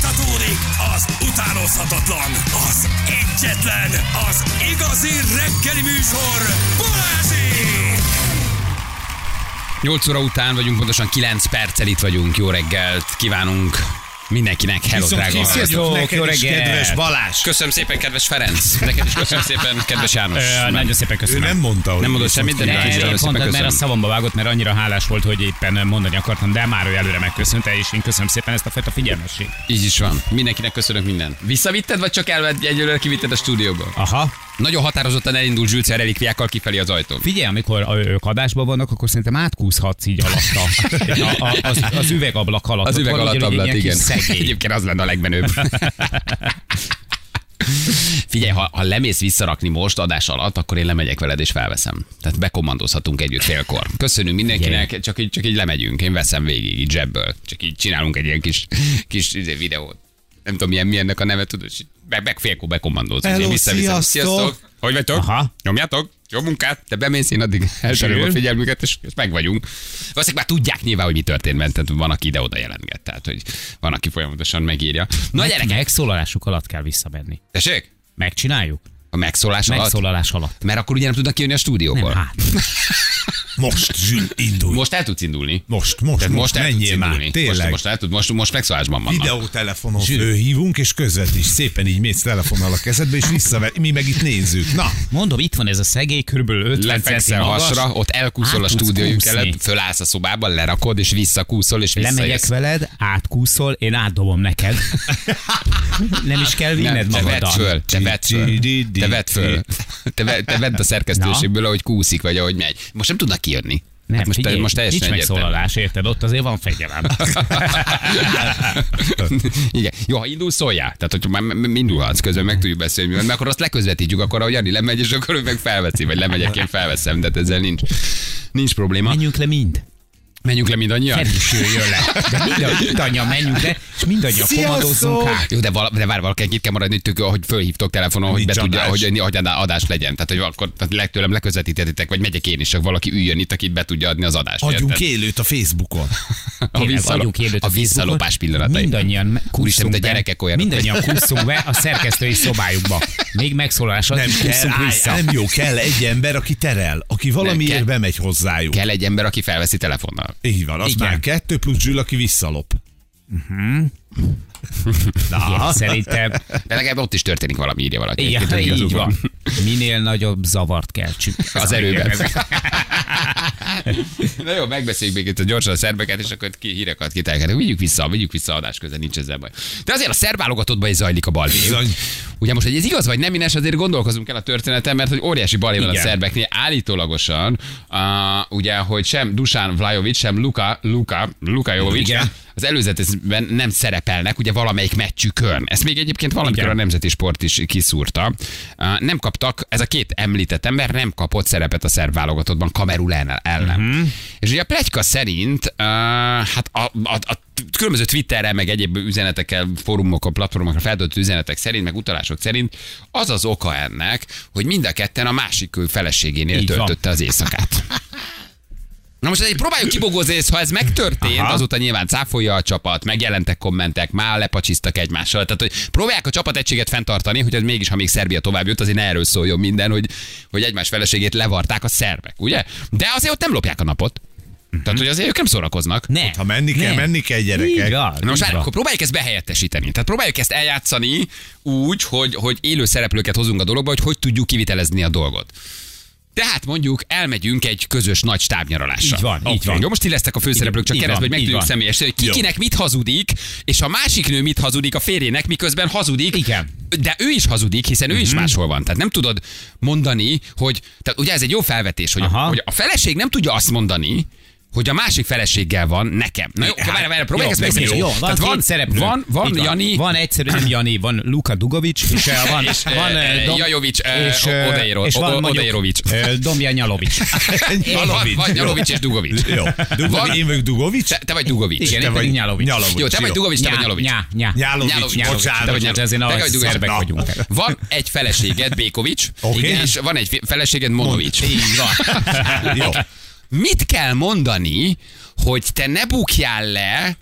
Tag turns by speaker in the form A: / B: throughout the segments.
A: Fújtatódik az utánozhatatlan, az egyetlen, az igazi reggeli műsor, Balázsi!
B: 8 óra után vagyunk, pontosan 9 perccel itt vagyunk. Jó reggelt kívánunk mindenkinek. Hello,
C: Viszont
B: drága
C: készítsük
B: hallgatók.
C: neked is, kedves Balázs.
B: Köszönöm szépen, kedves Ferenc. Neked is köszönöm szépen, kedves János.
D: Ö, Nagyon szépen
C: Ő
D: köszönöm.
C: nem mondta, hogy
B: Nem mondott
C: viszont
B: semmit, de
C: kíváncsi.
B: neki is
D: Erre
B: nagyon szépen
D: mondtad, mert a
B: köszönöm.
D: szavamba vágott, mert annyira hálás volt, hogy éppen mondani akartam, de már ő előre megköszönte, és én köszönöm szépen ezt a fajta figyelmességet.
B: Így is van. Mindenkinek köszönök mindent. Visszavitted, vagy csak elved, egyelőre kivitted a stúdióba?
D: Aha.
B: Nagyon határozottan elindul Zsülce relikviákkal kifelé az ajtón.
D: Figyelj, amikor a- ők adásban vannak, akkor szerintem átkúszhatsz így alatta. A, a, az, az üvegablak alatt.
B: Az
D: Ott
B: üveg
D: van
B: alatt
D: ugyanúgy egy
B: ablat,
D: ilyen kis
B: igen.
D: Szegély.
B: Egyébként az lenne a legmenőbb. Figyelj, ha, ha lemész visszarakni most adás alatt, akkor én lemegyek veled és felveszem. Tehát bekommandozhatunk együtt félkor. Köszönünk mindenkinek, csak így, csak így lemegyünk. Én veszem végig, így zsebből. Csak így csinálunk egy ilyen kis, kis izé, videót. Nem tudom, milyen, milyennek a neve, tudod, és így be, be, félkor bekommandozunk.
C: Hello,
B: én visszaviszem.
C: sziasztok!
B: Hogy vagytok?
D: Aha.
B: Nyomjátok, jó munkát, te bemész, én addig elterülöm a
D: Sőt.
B: figyelmüket, és, és meg vagyunk. Valószínűleg már tudják nyilván, hogy mi történt, mert tehát van, aki ide-oda jelentget, tehát hogy van, aki folyamatosan megírja. Na gyerekek,
D: Megszólalásuk alatt kell visszamenni.
B: tessék,
D: Megcsináljuk?
B: a megszólás alatt.
D: Megszólalás alatt.
B: Mert akkor ugye nem tudnak kijönni a
D: Nem,
B: stúdióból.
D: hát.
C: Most, Zsül, indulj.
B: most el tudsz indulni.
C: Most, most,
B: Tehát
C: most,
B: most el tudsz
C: menjél már,
B: indulni. Most,
C: tényleg.
B: most, el tud, most, most megszólásban vannak.
C: Videótelefonon hívunk és közvetít. Szépen így mész telefonnal a kezedbe,
B: Hát-
C: és visszaver. Mi meg itt nézzük. Na,
D: Mondom, itt van ez a szegély, körülbelül 50 centi
B: Lefekszel
D: magas.
B: hasra, ott elkúszol
D: Át
B: a
D: tudsz
B: stúdiójuk
D: kúszni.
B: előtt, fölállsz a szobában, lerakod, és visszakúszol, és
D: Lemegyek
B: visszajössz.
D: veled, átkúszol, én átdobom neked. Nem is kell vinned
B: Nem, te vedd
D: magadat.
B: föl, te vedd föl, te vedd föl, te, ve, te vedd a szerkesztőségből, ahogy kúszik, vagy ahogy megy. Most nem tudnak kijönni.
D: Nem,
B: hát most,
D: figyelj,
B: most teljesen
D: nincs
B: egyértelmű.
D: megszólalás, érted? Ott azért van fegyelem.
B: Igen. Jó, ha indul, szóljál. Tehát, hogyha már m- m- indulhatsz közben, meg tudjuk beszélni, mi van, mert akkor azt leközvetítjük, akkor ahogy Jani lemegy, és akkor ő meg felveszi, vagy lemegyek, én felveszem, de ezzel nincs, nincs probléma.
D: Menjünk le mind.
B: Menjünk le mindannyian.
D: Feri is jöjjön le. De mind, mindannyian menjünk le, és mindannyian
C: Sziasztok!
D: komadozzunk át.
B: Jó, de, val- de vár, valaki itt kell maradni, tök, jó, hogy fölhívtok telefonon, hogy be
C: Nincs
B: tudja,
C: adás.
B: hogy, hogy adá- adás legyen. Tehát, hogy akkor tehát legtőlem leközvetítetitek, vagy megyek én is, csak valaki üljön itt, aki be tudja adni az adást.
C: adjunk
B: érted?
C: élőt a Facebookon.
B: Hát a,
D: Tényleg,
B: visszalop,
D: adjunk élőt
B: a
D: Facebookon.
B: visszalopás pillanatai.
D: Mindannyian me-
B: Úristen,
D: kusszunk
B: mint
D: be.
B: a gyerekek olyanok,
D: Mindannyian kusszunk be a szerkesztői szobájukba. Még megszólalás alatt
C: Nem
D: is
C: kell,
D: kusszunk
C: állj,
D: vissza.
C: nem jó, kell egy ember, aki terel, aki
B: kell.
C: valamiért bemegy hozzájuk.
B: Kell egy ember, aki felveszi telefonnal.
C: Így van, az
D: Igen.
C: már kettő plusz Zsül, aki visszalop.
D: Igen, szerintem
B: De legalább ott is történik valami, írja valaki.
D: Igen,
B: Egyébként, hogy
D: így
B: igazuk
D: van. Minél nagyobb zavart keltsük.
B: Az erőben. Na jó, megbeszéljük még itt a gyorsan a szerbeket, és akkor ki híreket kitelkedünk. Vigyük vissza, vigyük vissza adás közben, nincs ezzel baj. De azért a szerb válogatottban is zajlik a balvé.
C: Bizony.
B: Ugye most, hogy ez igaz vagy nem, Ines, azért gondolkozunk el a történeten, mert hogy óriási balé van a
D: Igen.
B: szerbeknél állítólagosan, uh, ugye, hogy sem Dusan Vlajovic, sem Luka, Luka, Luka Jovic,
D: Igen.
B: az előzetesben nem szerepelnek, ugye valamelyik meccsükön. Ezt még egyébként valamikor a
D: Igen.
B: Nemzeti Sport is kiszúrta. Uh, Nem kaptak, ez a két említett ember nem kapott szerepet a szerb válogatottban Kamerul ellen.
D: Mhm.
B: Uh-huh. És ugye a plegyka szerint, uh, hát a, a, a különböző Twitterrel, meg egyéb üzenetekkel, fórumokon, platformokra feltöltött üzenetek szerint, meg utalások szerint az az oka ennek, hogy mind a ketten a másik feleségénél
D: Így van.
B: töltötte az éjszakát. Na most azért próbáljuk kibogozni, és ha ez megtörtént, Aha. azóta nyilván cáfolja a csapat, megjelentek kommentek, már lepacsiztak egymással. Tehát, hogy próbálják a csapat egységet fenntartani, hogy ez mégis, ha még Szerbia tovább jut, azért ne erről szóljon minden, hogy, hogy egymás feleségét levarták a szerbek, ugye? De azért ott nem lopják a napot. Tehát, hogy azért ők nem szórakoznak.
D: Ne.
C: Ha menni kell,
D: ne.
C: menni kell, gyerekek.
D: Így van,
B: Na most
D: így
B: várj,
D: van.
B: akkor próbáljuk ezt behelyettesíteni. Tehát próbáljuk ezt eljátszani úgy, hogy, hogy élő szereplőket hozunk a dologba, hogy hogy tudjuk kivitelezni a dolgot. Tehát mondjuk elmegyünk egy közös nagy stábnyaralásra.
D: Így van, így
B: Oké.
D: van.
B: Jó, most ti lesztek a főszereplők, csak
D: így
B: keresztbe,
D: van,
B: hogy meg
D: így
B: tudjuk
D: van.
B: személyes, hogy ki
C: Jó.
B: kinek mit hazudik, és a másik nő mit hazudik a férjének, miközben hazudik.
D: Igen. Mhm.
B: De ő is hazudik, hiszen ő is máshol van. Tehát nem tudod mondani, hogy. Tehát ugye ez egy jó felvetés, hogy,
D: Aha.
B: hogy a feleség nem tudja azt mondani, hogy a másik feleséggel van nekem. Na jó,
D: Hát,
B: várj, várj, próbálj ezt
D: jó,
B: meg.
D: jó, jó, van,
B: Tehát
D: két
B: van,
D: szereplő.
B: van, van,
D: Így
B: Jani,
D: Van egyszerű, nem Jani, van Luka Dugovic, és eh, van,
B: És, eh,
D: van eh,
B: eh,
D: Dom-
B: Jajovic, eh,
D: és, eh,
B: Odeiro-
D: és van
B: O- O-
D: mondjuk,
B: Odeirovic.
D: eh, Domja Nyalovic.
B: Van, van Nyalovics és Dugovics.
C: Jó. Dugovics.
B: Van-
C: Én vagyok Dugovics.
B: Te, te vagy Dugovics.
D: Igen, én
C: vagy
D: pedig Nyalovic.
C: Nyalovics.
B: Jó, te vagy
C: Jó.
B: Dugovics, te vagy
D: Nyá,
B: Nyalovics.
D: nyá, nyá.
C: Nyalovics,
B: Nyalovics,
C: bocsánat.
B: te vagy Nyalovics.
D: Ezért a
B: Te vagy Dugovics.
D: szerbek
B: Na.
D: vagyunk.
B: Van egy feleséged, Békovics,
C: Oké.
B: igen, és van egy feleséged, Monovics.
D: Így van.
C: Jó.
B: Mit kell mondani, hogy te ne bukjál le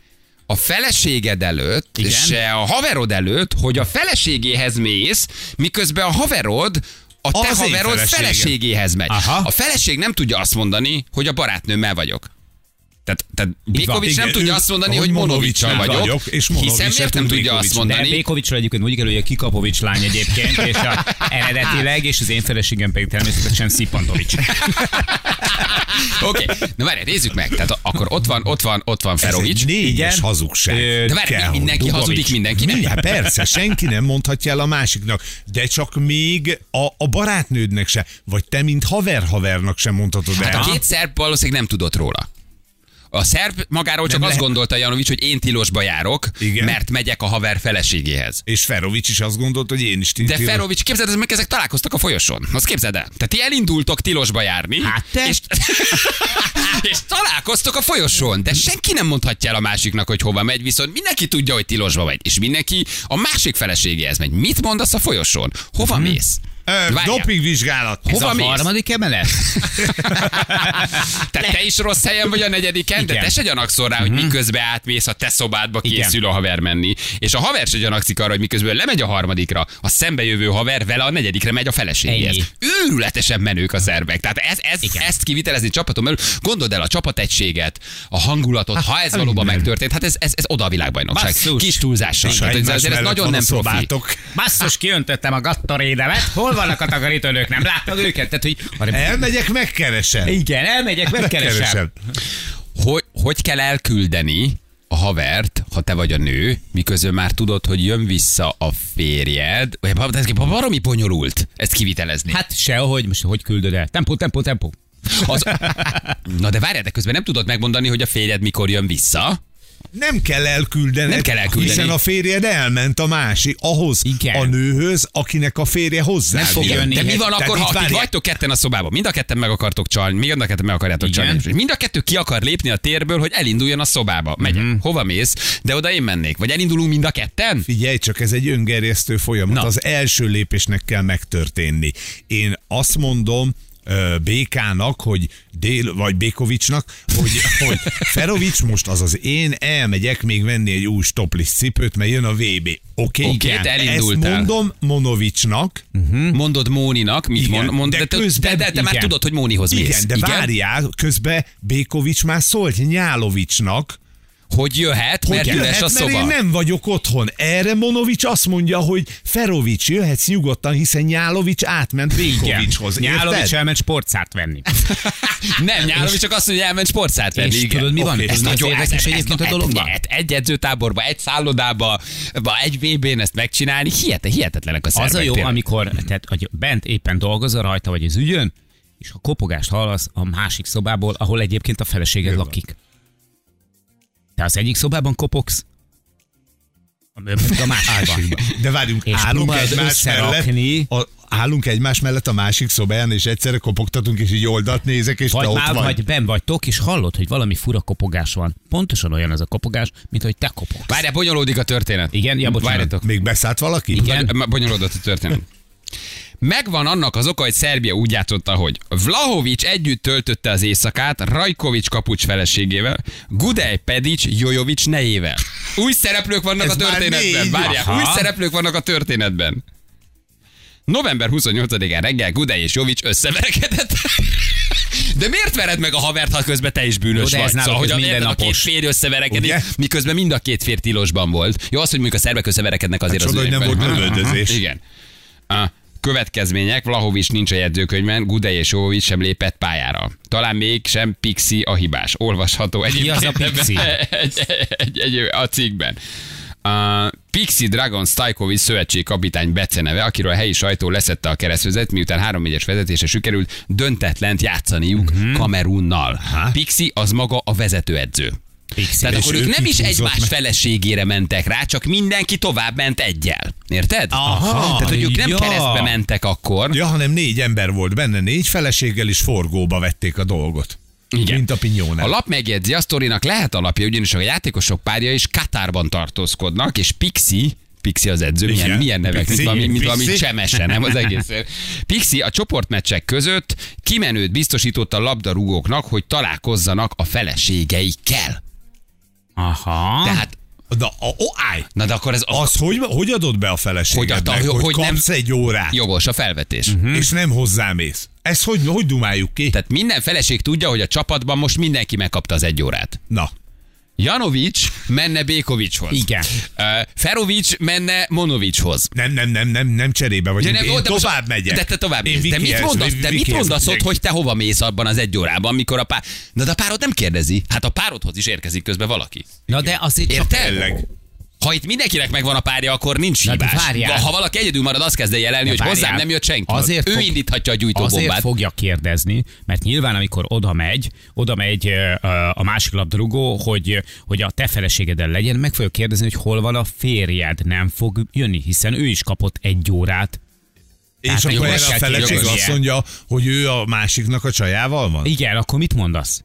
B: a a feleséged előtt, Igen? se a haverod előtt, hogy a feleségéhez mész, miközben a haverod a te
C: Az én
B: haverod
C: feleségem.
B: feleségéhez megy.
C: Aha.
B: A feleség nem tudja azt mondani, hogy a barátnőmmel vagyok. Tehát, tehát Békovics
C: Igen,
B: nem tudja
C: ő-
B: azt mondani,
C: ahogy
B: hogy Monovicsal
C: Monovicsnál
B: vagyok,
C: vagyok, és
B: hiszen
C: Monovics
B: miért nem
C: tud
B: tudja azt
C: Békovics.
D: De
B: mondani,
D: Békovicsról egyébként úgy kerül, hogy a Kikapovics lány egyébként, és a eredetileg, és az én feleségem pedig természetesen Szipantovics.
B: Oké, okay. na várj, nézzük meg. Tehát a- akkor ott van, ott van, ott van
C: Ez
B: Ferovics.
C: egy négyes
D: Igen.
C: hazugság.
D: Ö,
B: De várj,
C: Kell, hogy
B: mindenki
C: Dubovics.
B: hazudik mindenkinek?
C: Mi? Hát persze, senki nem mondhatja el a másiknak, de csak még a, a barátnődnek se, vagy te, mint haver-havernak sem mondhatod el.
B: Hát a két szerb valószínűleg nem tudott róla. A szerb magáról csak
C: Nem
B: azt
C: lehet.
B: gondolta Janovics, hogy én tilosba járok,
C: Igen.
B: mert megyek a haver feleségéhez.
C: És Ferovics is azt gondolt, hogy én is
B: De
C: tintíros-
B: Ferovics, képzeld, ez meg ezek találkoztak a folyoson. Azt képzeld el. Tehát ti elindultok tilosba járni.
D: Hát te?
B: És, és találkoztok a folyoson, de senki nem mondhatja el a másiknak, hogy hova megy, viszont mindenki tudja, hogy tilosba megy, és mindenki a másik feleségéhez megy. Mit mondasz a folyoson? Hova
D: Mhm.
B: mész?
C: Ö,
B: Várjál.
C: Dopingvizsgálat.
B: Hova
D: Ez a
B: mész?
D: harmadik emelet?
B: Tehát te is rossz helyen vagy a negyediken, de
D: Igen. Mhm.
B: te se gyanakszol rá, hogy miközben átmész a te szobádba
D: Igen.
B: készül a haver menni. És a haver se gyanakszik arra, hogy miközben lemegy a harmadikra, a szembe jövő haver vele a negyedikre megy a feleségéhez.
D: Ennyi.
B: Őrületesen menők a szervek. Tehát ez, ez,
D: Igen.
B: ezt kivitelezni csapaton belül, gondold el a csapategységet, a hangulatot, ha ez valóban megtörtént, hát ez, ez, ez oda a világbajnokság.
D: Hát, Basszus.
B: Kis túlzással.
C: És ha
B: Tehát ez,
C: egymás
B: ez, ez
C: mellett
B: Hát, nagyon
C: van a
B: nem profi.
C: szobátok.
D: Basszus, kiöntöttem a gattarédemet. Hol vannak a takarítónők? Nem láttad őket? Tehát, hogy... E,
C: Elmegyek, megkeresem.
D: Igen, elmegyek, megkeresem.
C: Megkeresem.
B: hogy, hogy kell elküldeni a havert, ha te vagy a nő, miközben már tudod, hogy jön vissza a férjed. Vagy ba- Ez baromi bonyolult ezt kivitelezni. Hát,
D: Hát sehogy, most hogy küldöd el? Tempó, tempó, tempó.
B: az... Na de várjál, de közben nem tudod megmondani, hogy a férjed mikor jön vissza.
C: Nem kell elküldeni.
B: Nem kell elküldeni.
C: Hiszen a férjed elment a másik, ahhoz
D: Igen.
C: a nőhöz, akinek a férje hozzá.
D: Nem Hát fog
C: jön.
D: jönni.
B: De mi
D: Igen,
B: van
C: tehát
B: akkor,
C: itt
B: ha ti
C: várjál.
B: vagytok ketten a szobában? Mind a ketten meg akartok csalni, mind a ketten meg akarjátok
D: Igen.
B: csalni. És Mind a kettő ki akar lépni a térből, hogy elinduljon a szobába. Megyek.
D: Mhm.
B: Hova mész? De oda én mennék. Vagy elindulunk mind a ketten?
C: Figyelj csak, ez egy öngerjesztő folyamat.
B: Na.
C: Na. Az első lépésnek kell megtörténni. Én azt mondom, ö, Békának, hogy Dél, vagy Békovicsnak, hogy, hogy Ferovics most az az én elmegyek még venni egy új stoplis cipőt, mert jön a VB. Oké,
B: Oké,
C: okay, okay,
B: te
C: ezt
B: elindultál.
C: mondom Monovicsnak,
D: Hm?
B: Mondod Móninak, mit
C: Igen,
B: mond, mond
C: de
B: de, te-
C: közben-
B: de, de, te már
C: igen.
B: tudod, hogy Mónihoz mész.
C: igen, de várjál, közben Békovics már szólt Nyálovicsnak,
B: hogy jöhet,
C: hogy
B: mert üres
C: jöhet,
B: a
C: hát mert én
B: szoba.
C: nem vagyok otthon. Erre Monovics azt mondja, hogy Ferovics, jöhetsz nyugodtan, hiszen Nyálovics átment Békovicshoz.
D: Nyálovics
C: Érted?
D: elment sportcárt venni.
B: Nem, nyáron csak azt mondja, elment sportszát venni.
D: és
B: igen.
D: tudod, mi van?
B: Oké,
D: Ez
B: na,
D: nagyon érdekes
B: ez- ez-
D: egyébként a
B: ez-
D: dologban.
B: Egy, egy edzőtáborba, egy szállodába, ba, egy VB-n ezt megcsinálni, hihetet, hihetetlenek a szervek.
D: Az a jó,
B: tényleg.
D: amikor tehát, hogy bent éppen dolgozol rajta, vagy az ügyön, és a kopogást hallasz a másik szobából, ahol egyébként a feleséged lakik. Te az egyik szobában kopogsz, a másik a másikban.
C: De várjunk,
D: És
C: állunk
D: próbáld
C: egymás,
D: összerakni.
C: mellett, a, állunk egymás mellett a másik szobán, és egyszerre kopogtatunk, és így oldalt nézek, és
D: Vagy
C: te ott
D: már
C: vagy.
D: vagy ben vagytok, és hallod, hogy valami fura kopogás van. Pontosan olyan az a kopogás, mint hogy te kopogsz.
B: Várjál, bonyolódik a történet.
D: Igen? Ja, bocsánat.
B: Várjatok.
C: Még beszállt valaki?
D: Igen.
B: Vagy- Bonyolódott a történet. Megvan annak az oka, hogy Szerbia úgy játszotta, hogy Vlahovics együtt töltötte az éjszakát Rajkovics kapucs feleségével, Gudej Pedic Jojovics nejével. Új szereplők vannak
C: Ez
B: a
C: már
B: történetben.
C: négy.
B: Várják,
D: Aha.
B: új szereplők vannak a történetben. November 28-án reggel Gudej és Jovics összeverekedett. De miért vered meg a havert, ha közben te is bűnös
D: Jó, de ez
B: vagy? Szóval,
D: náluk
B: hogy
D: ez
B: a- érted, a két
D: mindennapos.
B: férj összeverekedik,
C: Ugye?
B: miközben mind a két férj tilosban volt. Jó, az, hogy mondjuk a szerbek összeverekednek azért
C: Hát
B: az
C: csoda, hogy nem
B: ügyekben.
C: volt lövöldözés.
B: Igen. A következmények, Vlahovics nincs a jegyzőkönyvben, Gudej és Jovics sem lépett pályára. Talán még sem Pixi a hibás. Olvasható egyébként
D: az a
B: ebben-
D: Pixi?
B: egy, egy, egy, a cikkben. A Pixi Dragon Stajkovic szövetség kapitány beceneve, akiről a helyi sajtó leszette a keresztvezet, miután három egyes vezetése sikerült döntetlent játszaniuk
C: Mhm.
B: Kamerunnal. Pixi az maga a vezetőedző.
D: Pixi.
B: Tehát
C: És
B: akkor
C: ő
B: ők nem
C: kit
B: is
C: húzott
B: egymás
C: meg?
B: feleségére mentek rá, csak mindenki tovább ment egyel. Érted?
C: Aha.
B: Tehát, hogy ők nem
D: Ja.
B: keresztbe mentek akkor.
C: Ja, hanem négy ember volt benne, négy feleséggel is forgóba vették a dolgot.
B: Igen.
C: Mint a
B: A
C: pinyónál.
B: lap megjegyzi, a sztorinak lehet alapja, ugyanis a játékosok párja is Katárban tartózkodnak, és Pixi, Pixi az edző, milyen,
C: Igen.
B: milyen nevek, mint
C: Pixi,
B: valami, mint
C: Pixi.
B: valami csemese, nem az egész. Pixi a csoportmeccsek között kimenőt biztosított a labdarúgóknak, hogy találkozzanak a feleségeikkel.
D: Aha.
B: Tehát
C: Na, a, ó, állj!
B: Na de akkor ez az,
C: Ah. Az hogy, hogy adod be a feleségednek,
B: Hogy
C: hogy,
B: adta-
C: hogy,
B: hogy
C: hogy
B: nem-
C: kapsz nem... egy órát, Jó.
B: jogos a felvetés.
C: és nem hozzámész? Ezt hogy, hogy dumáljuk ki? Te...
B: Tehát minden feleség tudja, hogy a csapatban most mindenki megkapta az egy órát.
C: Na,
B: Janovics menne Békovicshoz.
D: Igen.
B: Uh, Ferovics menne Monovicshoz.
C: nem, nem, nem, nem, nem cserébe vagyunk, nem, én
B: de most-
C: tovább megyek.
B: De te tovább
C: Én
B: mész. De mit
C: Vikihez-
B: mondasz,
C: Vi-
B: de mit
C: Vikihez
B: mondasz ott,
C: megyek.
B: hogy te hova mész abban az egy órában, mikor a pár... Na de a párod nem kérdezi. Hát a párodhoz is érkezik közben valaki.
D: Na de azért csak...
B: Érted?
C: Tényleg.
B: Ha itt mindenkinek megvan a párja, akkor nincs
D: Na de
B: hibás.
D: várjál.
B: Ha valaki egyedül marad, azt kezd el jelelni, hogy
D: várjál.
B: hozzám nem jött senki.
D: Azért
B: ő
D: fog-
B: indíthatja a
D: Azért
B: gyújtóbombát.
D: fogja kérdezni, mert nyilván amikor oda megy, oda megy ö, ö, a másik labdarúgó, hogy, hogy a te feleségeden legyen, meg fogja kérdezni, hogy hol van a férjed, nem fog jönni, hiszen ő is kapott egy órát.
C: És akkor
B: jogos,
C: erre a
B: hát
C: feleség
B: jogos.
C: azt mondja, hogy ő a másiknak a csajával van?
D: Igen, akkor mit mondasz?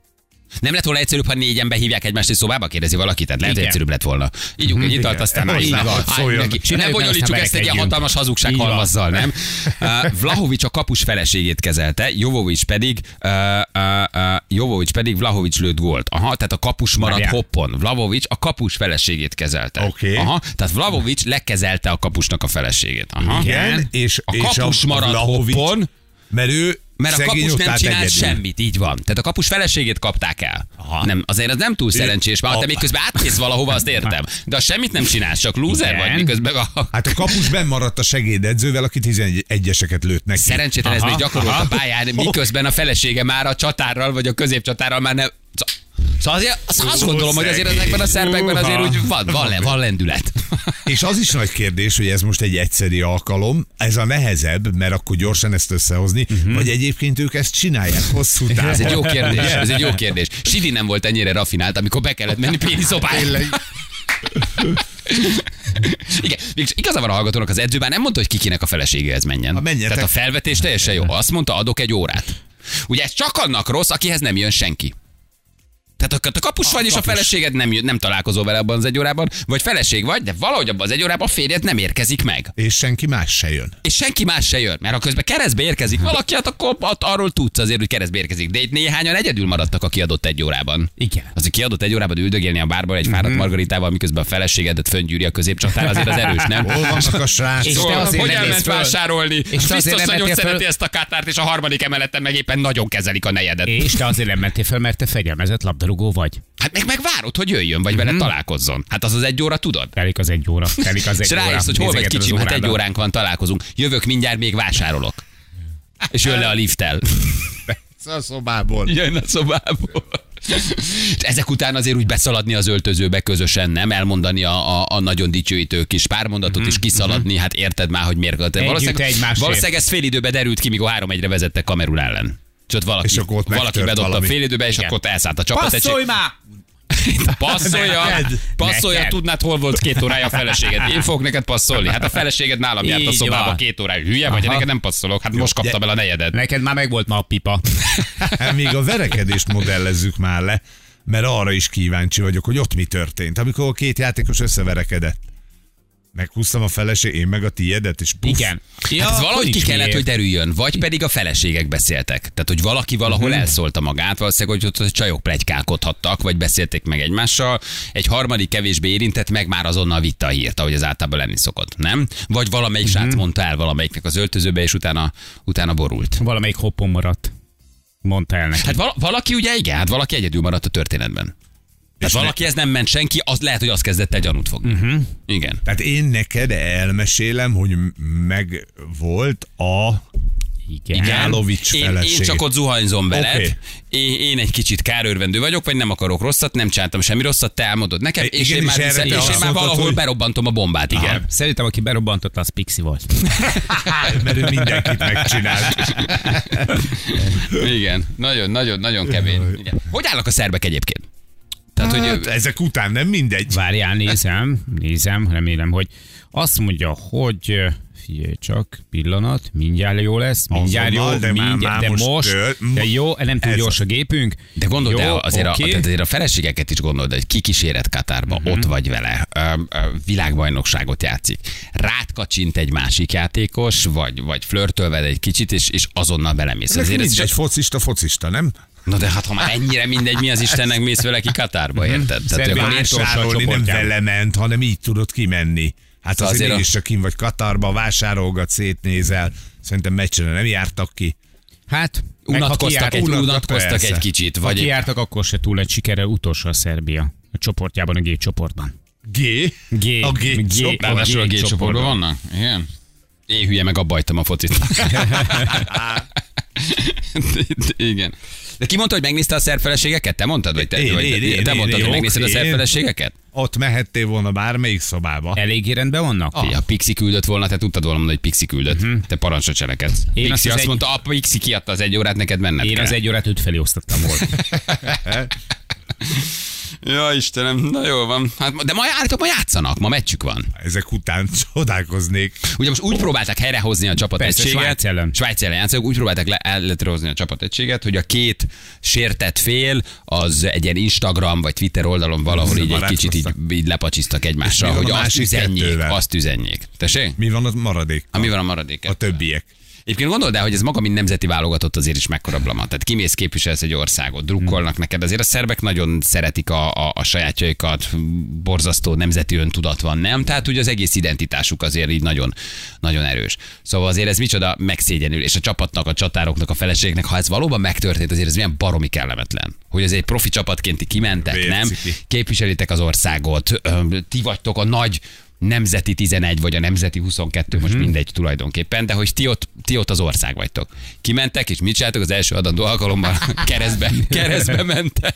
B: Nem lett volna egyszerűbb, ha négyen behívják egymást egy szobába, kérdezi valaki, tehát lehet, hogy
D: Igen.
B: egyszerűbb lett volna. Ígyunk egy italt, aztán
C: Mhm. Igen.
B: már
C: Így
B: innen.
C: van,
B: Álljunk
C: szóljon.
B: neki. Nem
D: Csináljuk,
B: bonyolítsuk
D: aztán
B: ezt egy ilyen
D: verekedjünk.
B: hatalmas hazugság
D: Így van.
B: halmazzal, nem? Uh, Vlahovics a kapus feleségét kezelte, Jovovics pedig uh, uh, uh, Jovovics pedig Vlahovics lőtt gólt. Aha, tehát a kapus maradt
D: Várjál.
B: hoppon. Vlahovics a kapus feleségét kezelte.
C: Oké.
B: Aha, tehát Vlahovics lekezelte a kapusnak a feleségét. Aha.
C: Igen, és
B: a
C: és
B: kapus maradt
C: Vlahovics-
B: hoppon,
C: Mert ő
B: mert a
C: szegény
B: kapus
C: ott
B: nem
C: állt
B: csinált
C: egyedül.
B: semmit, így van. Tehát a kapus feleségét kapták el. Aha. Nem, azért az nem túl szerencsés, mert ha te
C: a-
B: még közben átmész valahova, azt értem. De ha semmit nem csinálsz, csak lúzer
D: Igen.
B: vagy, miközben a
C: Hát a kapus benn maradt a segédedzővel, aki 11-eseket lőtt neki.
B: szerencsétlen ez
D: Aha,
B: még gyakorolt
D: aha.
B: a pályán, miközben a felesége már a csatárral vagy a középcsatárral már nem... Szóval azért, azt, azt
C: Ó,
B: gondolom, hogy azért
C: szegény.
B: ezekben a szerpekben azért
D: Uha.
B: úgy van, van, le, van lendület.
C: És az is nagy kérdés, hogy ez most egy egyszeri alkalom, ez a nehezebb, mert akkor gyorsan ezt összehozni, uh-huh. vagy egyébként ők ezt csinálják hosszú távon.
B: Mhm. Ez egy jó kérdés, ez egy jó kérdés. Sidi nem volt ennyire rafinált, amikor be kellett menni Péni szobájára. Igen, még igaza van a hallgatónak, az edző már nem mondta, hogy kikinek a feleségéhez menjen.
C: Ha menjetek.
B: Tehát a felvetés teljesen jó. Azt mondta, adok egy órát. Ugye ez csak annak rossz, akihez nem jön senki. Tehát a, a kapus vagy, és a feleséged nem, jön, nem találkozol vele abban az egy órában, vagy feleség vagy, de valahogy abban az egy órában a férjed nem érkezik meg.
C: És senki más se jön.
B: És senki más se jön, mert ha közben keresztbe érkezik valaki, hát akkor ott arról tudsz azért, hogy keresztbe érkezik. De itt néhányan egyedül maradtak a kiadott egy órában.
D: Igen.
B: Az, hogy kiadott egy órában üldögélni a bárban egy fáradt margaritával, miközben a feleségedet föngyűri a középcsatár, azért az erős, nem?
C: Hol vannak a
D: És
C: srácok?
D: te
B: Szóval,
D: azért
B: hogy
D: nem
B: elment
D: mész föl.
B: vásárolni, és
D: te azért
B: biztos
D: nem
B: nagyon
D: mentél föl.
B: szereti ezt a kátárt, és a harmadik emeleten meg éppen nagyon kezelik a negyedet.
D: És te azért nem mentél fel, mert te fegyelmezett labdarúgó vagy.
B: Hát meg megvárod, hogy jöjjön, vagy vele találkozzon. Hát az az egy óra, tudod?
D: Telik az egy óra, telik az
B: És
D: egy óra.
B: rájössz, hogy hol vagy
D: Nézegeted az
B: kicsim, hát egy
D: órádat.
B: óránk van, találkozunk. Jövök mindjárt, még vásárolok. És jön le a lifttel.
C: A szobából.
B: Jön a szobából. És Ezek után azért úgy beszaladni az öltözőbe közösen, nem elmondani a, a, a nagyon dicsőítő kis pármondatot, és kiszaladni, hát érted már, hogy miért Valószínűleg,
D: Mhm, egymásért.
B: valószínűleg ez fél időben derült ki, míg a három egyre vezettek kamerul ellen. És ott valaki,
C: És akkor ott
B: valaki
C: megtört
B: bedobta
C: valami.
B: a fél időbe, és
D: Igen.
B: akkor ott elszállt a csapat. egység.
D: Passzolj már!
B: Passzolja,
D: Neked.
B: passzolja,
D: Neked.
B: tudnád, hol volt két órája a feleséged. Én fogok neked passzolni. Hát a feleséged nálam járt a
D: Így
B: szobába
D: van.
B: két órája. Hülye vagy,
D: Aha.
B: neked nem passzolok. Hát most kaptam el a negyedet.
D: Neked már megvolt ma a pipa.
C: Hát Még a verekedést modellezzük már le, mert arra is kíváncsi vagyok, hogy ott mi történt. Amikor a két játékos összeverekedett. Meghúztam a feleség, én meg a tiédet, és puff.
D: Igen.
B: Hát ez
D: akkor
B: valahogy ki
D: nincs
B: kellett,
D: miért.
B: hogy derüljön, vagy pedig a feleségek beszéltek. Tehát, hogy valaki valahol elszólta magát, valószínűleg, hogy ott a csajok plegykálkodhattak, vagy beszélték meg egymással. Egy harmadik kevésbé érintett, meg már azonnal vitte a hírt, ahogy az általában lenni szokott, nem? Vagy valamelyik srác mondta el valamelyiknek az öltözőbe, és utána, utána borult.
D: Valamelyik hoppon maradt. Mondta el neki.
B: Hát vala, valaki ugye, igen, hát valaki egyedül maradt a történetben. Tehát valaki ez nem ment senki, az lehet, hogy azt kezdett el gyanút fogni. Uh-huh. Igen.
C: Tehát én neked elmesélem, hogy m- meg volt a
D: Igen.
C: Jálovics
B: én, én
C: feleség.
B: csak ott zuhanyzom veled. Okay.
C: Oké.
B: Én, én egy kicsit kárőrvendő vagyok, vagy nem akarok rosszat, nem csináltam semmi rosszat, te elmondod nekem,
C: I-
B: és
C: igen, és
B: én már,
C: erre
B: viszem,
C: te
B: és
C: azt
B: én már
C: mondtad,
B: valahol
C: hogy-
B: berobbantom a bombát, igen.
D: Igen. Szerintem, aki berobbantotta, az Pixi volt.
C: mert ő mindenkit megcsinált.
B: igen, nagyon, nagyon, nagyon kevés. Igen. Hogy állnak a szerbek egyébként? Tehát, hogy
C: Hát, ezek után nem mindegy.
D: Várjál, nézem, nézem, remélem, hogy azt mondja, hogy ö, figyelj csak, pillanat, mindjárt jó lesz, mindjárt jó,
C: Azonnal, de már-
D: mindjárt,
C: már
D: de
C: most
D: most,
C: tör- Hm.
D: de jó, nem túl
C: Ez-
D: gyors a gépünk.
B: De gondold
D: jó,
B: el, azért, okay. a,
D: oké.
B: tehát azért a feleségeket is gondold, hogy kikíséret Katárba,
C: Mhm.
B: uh-huh. ott vagy vele, ö, ö, világbajnokságot játszik. Rád kacsint egy másik játékos, vagy, vagy flörtöl veled egy kicsit, és, és azonnal belemész.
C: Ezek
B: Azért ez
C: mindegy,
B: csak
C: focista, focista, nem?
B: Na de hát ha már ennyire mindegy, mi az Istennek mész vele ki Katárba, érted? Tehát ők
D: Szerbia-
B: a
D: Más
C: Mhm. Vásárolni nem
D: csoportján.
C: vele ment, hanem így tudod kimenni. Hát azért,
B: Szóval azért
C: azért
B: a-
C: mégis csak kim vagy Katarba, vásárolgat, szétnézel. Szerintem meccsre nem jártak ki.
D: Hát, meg ha
B: unatkoztak,
D: kijárt-
B: egy,
C: unatkoztak,
B: unatkoztak
C: persze.
B: egy kicsit,
D: Ha
B: vagy
D: kijártak, akkor se túl egy sikerrel utolsó a Szerbia. A csoportjában, a G csoportban.
C: G?
D: G.
C: A G
D: G.
C: csoport.
B: ráadásul a
D: G
B: G csoportban
D: csoportban.
B: vannak? Igen. Én hülye, meg abbajtam a focit. Igen. De ki mondta, hogy megnézte a szerfeleségeket? Te mondtad, vagy te,
C: Én,
B: vagy,
C: én, én,
B: te
C: én,
B: mondtad,
C: én,
B: hogy
C: jó,
B: megnézted a
C: én.
B: szerfeleségeket?
C: Ott mehettél volna bármelyik szobába.
D: Eléggé rendben vannak?
B: Ah. Ha Pixi küldött volna, te tudtad volna mondani, hogy Pixi küldött.
C: Mhm.
B: Uh-huh. Te parancsra cselekedsz. Én
D: azt
B: Pixi
D: az
B: azt
D: egy-
B: mondta, a Pixi kiadta az egy órát, neked menned
D: Én
B: kell.
D: az egy órát öt felé osztottam volna.
B: Ja, Istenem, na jó van. Hát, de ma, állítok, ma játszanak, ma meccsük van.
C: Ezek után csodálkoznék.
B: Ugye most úgy próbálták helyrehozni a csapategységet.
D: Persze, Svájc ellen.
B: Svájc ellen játszanak, úgy próbálták le- elletrehozni a csapategységet, hogy a két sértett fél az egy ilyen Instagram vagy Twitter oldalon valahol így egy kicsit így, így lepacsiztak egymással,
C: És mi van
B: hogy
C: a
B: azt
C: másik
B: üzenjék,
C: kettővel?
B: azt üzenjék. Tessék?
C: Mi van ott maradék?
B: Ha mi van a maradék?
C: A többiek.
B: Egyébként gondold el, hogy ez maga, mint nemzeti válogatott azért is mekkora blama. Tehát kimész, képviselsz egy országot, drukkolnak neked. Azért a szerbek nagyon szeretik a, a, a sajátjaikat, borzasztó nemzeti öntudat van, nem? Tehát ugye az egész identitásuk azért így nagyon, nagyon erős. Szóval azért ez micsoda megszégyenül, és a csapatnak, a csatároknak, a feleségnek, ha ez valóban megtörtént, azért ez milyen baromi kellemetlen. Hogy azért egy profi csapatként ti kimentek, nem?
C: Vérciki.
B: Képviselitek az országot, öm, ti vagytok a nagy nemzeti 11 vagy a nemzeti 22,
D: Mhm.
B: most mindegy tulajdonképpen, de hogy ti ott, ti ott az ország vagytok. Kimentek, és mit csináltok az első adandó alkalommal? Keresztbe, keresztbe mentek.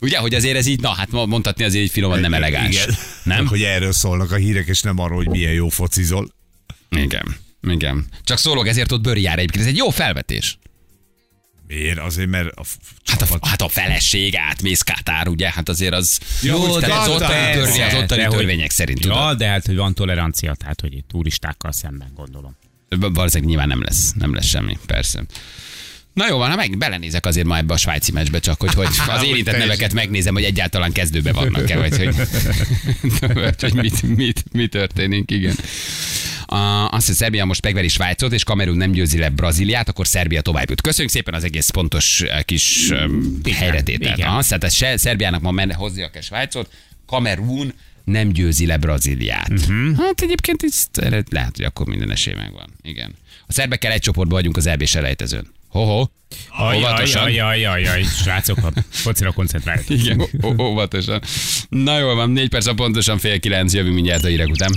B: Ugye, hogy azért ez így, na hát ma- mondhatni azért így finoman nem elegáns.
C: Igen.
B: Nem?
C: Hogy erről szólnak a hírek, és nem arról, hogy milyen jó focizol.
B: Igen. Igen. Csak szólok, ezért ott bőri jár egyébként. Ez egy jó felvetés.
C: Miért? Azért, mert a f-
B: Hát
C: csapat-
B: a, hát a feleség átmész Kátár, ugye? Hát azért az...
C: Ja, hogy
B: tehát
C: Katár.
B: az ottani, törvény, az
D: Persze,
B: ottani
D: de hogy-
B: törvények szerint, tudod?
D: Ja, de hát, hogy van tolerancia, tehát, hogy itt turistákkal szemben gondolom.
B: Valószínűleg nyilván nem lesz, nem lesz semmi, persze. Na jó van, ha meg belenézek azért ma ebbe a svájci meccsbe, csak hogy, hogy az érintett
C: teljesen.
B: neveket megnézem, hogy egyáltalán kezdőbe vannak-e, vagy hogy, vagy hogy mit, mit, mi történik, igen. A, azt, hogy Szerbia most megveri Svájcot, és Kamerun nem győzi le Brazíliát, akkor Szerbia tovább jut. Köszönjük szépen az egész pontos eh, kis um, helyretételt.
D: igen.
B: Aha, szóval tehát se, Szerbiának ma men, hoznia kell Svájcot, Kamerun nem győzi le Brazíliát.
D: Mhm.
B: Uh-huh. Hát egyébként ez erre lehet, hogy akkor minden esély megvan. Igen. A szerbekkel egy csoportban vagyunk az EB selejtezőn. Ho-ho. Óvatosan.
D: ajaj, ajaj, srácok, a focira koncentráljatok.
B: Igen, ó- ó- óvatosan. Na jól van, négy perc a pontosan fél kilenc, jövünk mindjárt a hírek után.